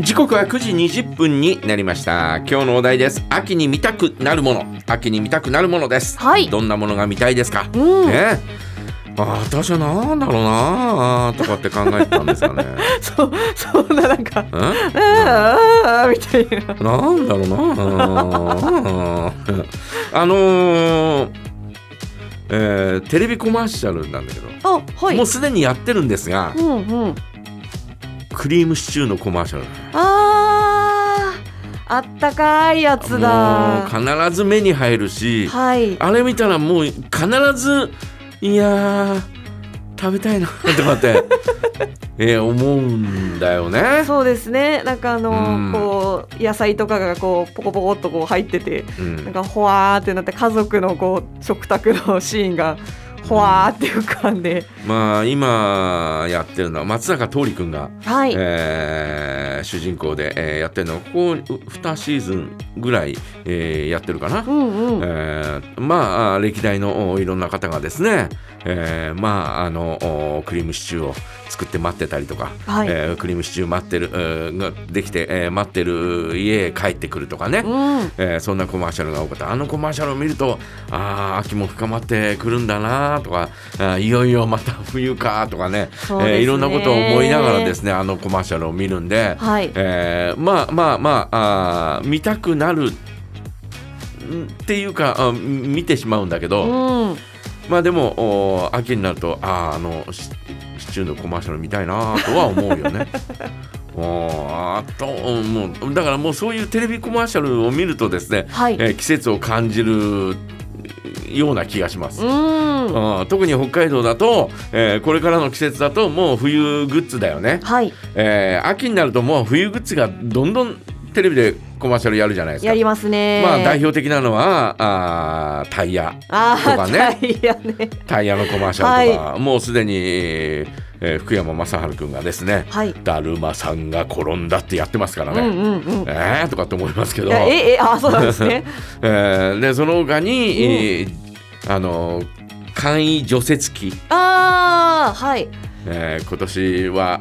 時刻は9時20分になりました今日のお題です秋に見たくなるもの秋に見たくなるものです、はいどんなものが見たいですか、うんねあー私はなんだろうなーとかって考えてたんですか ね そうそんななんかえ「あーあーあー」みたいななん だろうな。あのーえーテレビコマーシャルなんだけど、あはいもうすでにやってるんですがう、んうんクリームシチューのコマーシャル。あーあったかいやつもだう必ず目に入るし、はいあれ見たらもう必ずいやー食べたいなとかって、えー思うんだよね。そうですねなんかあの、うんこう野菜とかがこうポコポコっとこう入っててうんなんかほわーってなって家族のこう食卓のシーンがほわーって浮かんで、まあ今やってるのは松坂桃李くんが。はい、えー主人公で、えーやってるのはここ2シーズンぐらい、えーやってるかなう、んうんえーまああー歴代のおいろんな方がですね、えーまああのおクリームシチューを作って待ってたりとか、はい、えークリームシチュー待ってる、えーができて、えー待ってる家へ帰ってくるとかね、うんえーそんなコマーシャルが多かったあのコマーシャルを見るとああ秋も深まってくるんだなとかあーいよいよまた冬かとかねそうですねえーいろんなことを思いながらですねあのコマーシャルを見るんで、はいえーまあまあまああー見たくなるんっていうかあ見てしまうんだけど、うんまあでもお秋になるとあーあのシシチューのコマーシャル見たいなとは思うよ ね。おーあともうだからもうそういうテレビコマーシャルを見るとですね、はいえー季節を感じるような気がします。うんうん特に北海道だと、えーこれからの季節だともう冬グッズだよね、はいえー秋になるともう冬グッズがどんどんテレビでコマーシャルやるじゃないですかやりますねまあ代表的なのはあータイヤあーとかね大変ねタイヤのコマーシャルとか、もうすでに、えー福山雅治君がですねはい「だるまさんが転んだ」ってやってますからうね、んうんうんえーとかって思いますけいどやええあそうなんですね えーでその他に、えーあの簡易除雪機、あーはいえー今年は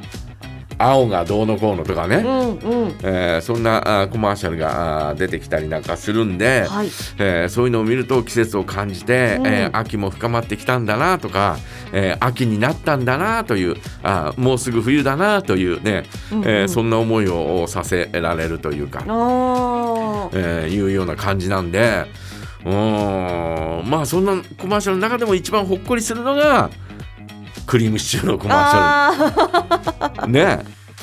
青がどうのこうのとかね、うんうんえーそんなあーコマーシャルがあー出てきたりなんかするんで、はいえーそういうのを見ると季節を感じて、うんえー秋も深まってきたんだなとか、えー秋になったんだなというあーもうすぐ冬だなというね、うんうんえーそんな思いをさせられるというか、あーえーいうような感じなんでうーんまあそんなコマーシャルの中でも一番ほっこりするのがクリームシチューのコマーシャル。あね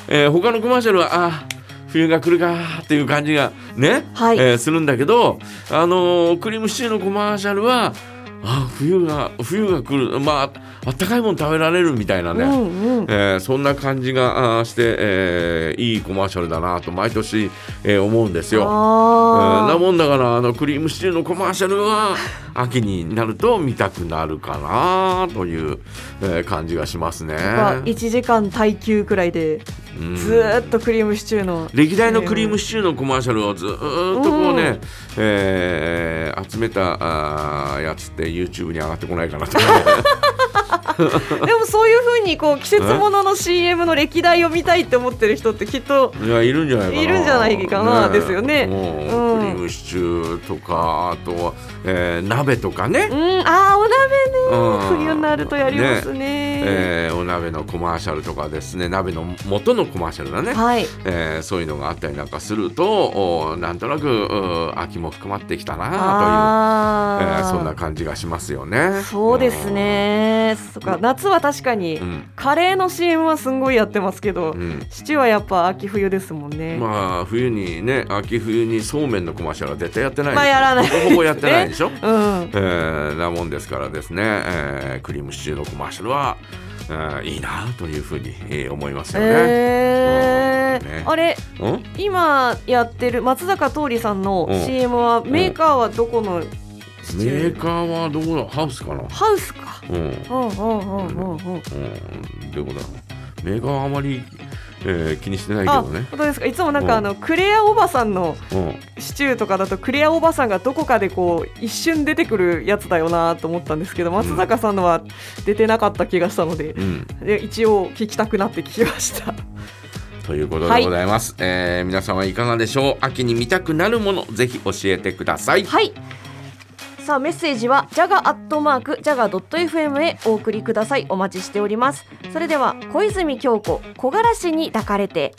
えー他のコマーシャルはあー冬が来るかーっていう感じがね、はいえーするんだけど、あのークリームシチューのコマーシャルはあー冬が冬が来るまああったかいもの食べられるみたいなーうね、んうんえーそんな感じがあーして、えーいいコマーシャルだなと毎年、えー思うんですよ。えーあなーもんだからあのクリームシチューのコマーシャルは秋になると見たくなるかなという、えー感じがしますね。まあ一時間耐久くらいでうんずーっとクリームシチューの歴代のクリームシチューのコマーシャルをずーっとこうね、うえー集めたあーやつって YouTube に上がってこないかな とでもそういうふうにこう季節ものの CM の歴代を見たいって思ってる人ってきっといやいるんじゃないかないいるんじゃないかなですよねもううんクリームシチューとかあとは、えー鍋とかねう、んあーおうん鍋ね冬になるとやりますねえーお鍋のコマーシャルとかですね鍋の元のコマーシャルだね、はいえーそういうのがあったりなんかするとおなんとなくう秋も深まってきたなという、えあーーそんな感じがしますよね。そうですねそっか夏は確かにうんカレーの CM はすんごいやってますけどうんシチューはやっぱ秋冬ですもんねまあ冬にね秋冬にそうめんのコマーシャルは絶対やってないまあやらないほぼほぼやってないでしょ、うんえーなもんですからですね、えークリームシチューのコマーシャルは、えーいいなというふうに、えー思いますよね、うんねえーあれうん今やってる松坂桃李さんのうん CM はメーカーはどこのシメチューカーはどこだハウスかなハウスかうん、うん、どうんうんうんうんうんういうことだろうメーカーはあまり、えー気にしてないけあどね本当ですかいつもなんうんかあのクレアおばさんのうんシチューとかだとクレアおばさんがどこかでこう一瞬出てくるやつだよなと思ったんですけど松坂さんのは出てなかった気がしたのでうんで一応聞きたくなって聞きましたということでございます、えー皆さんはいかがでしょう秋に見たくなるものぜひ教えてくださいはいさあメッセージはジャガアットマークジャガドット FM へお送りくださいお待ちしておりますそれでは小泉今日子小柄しに抱かれて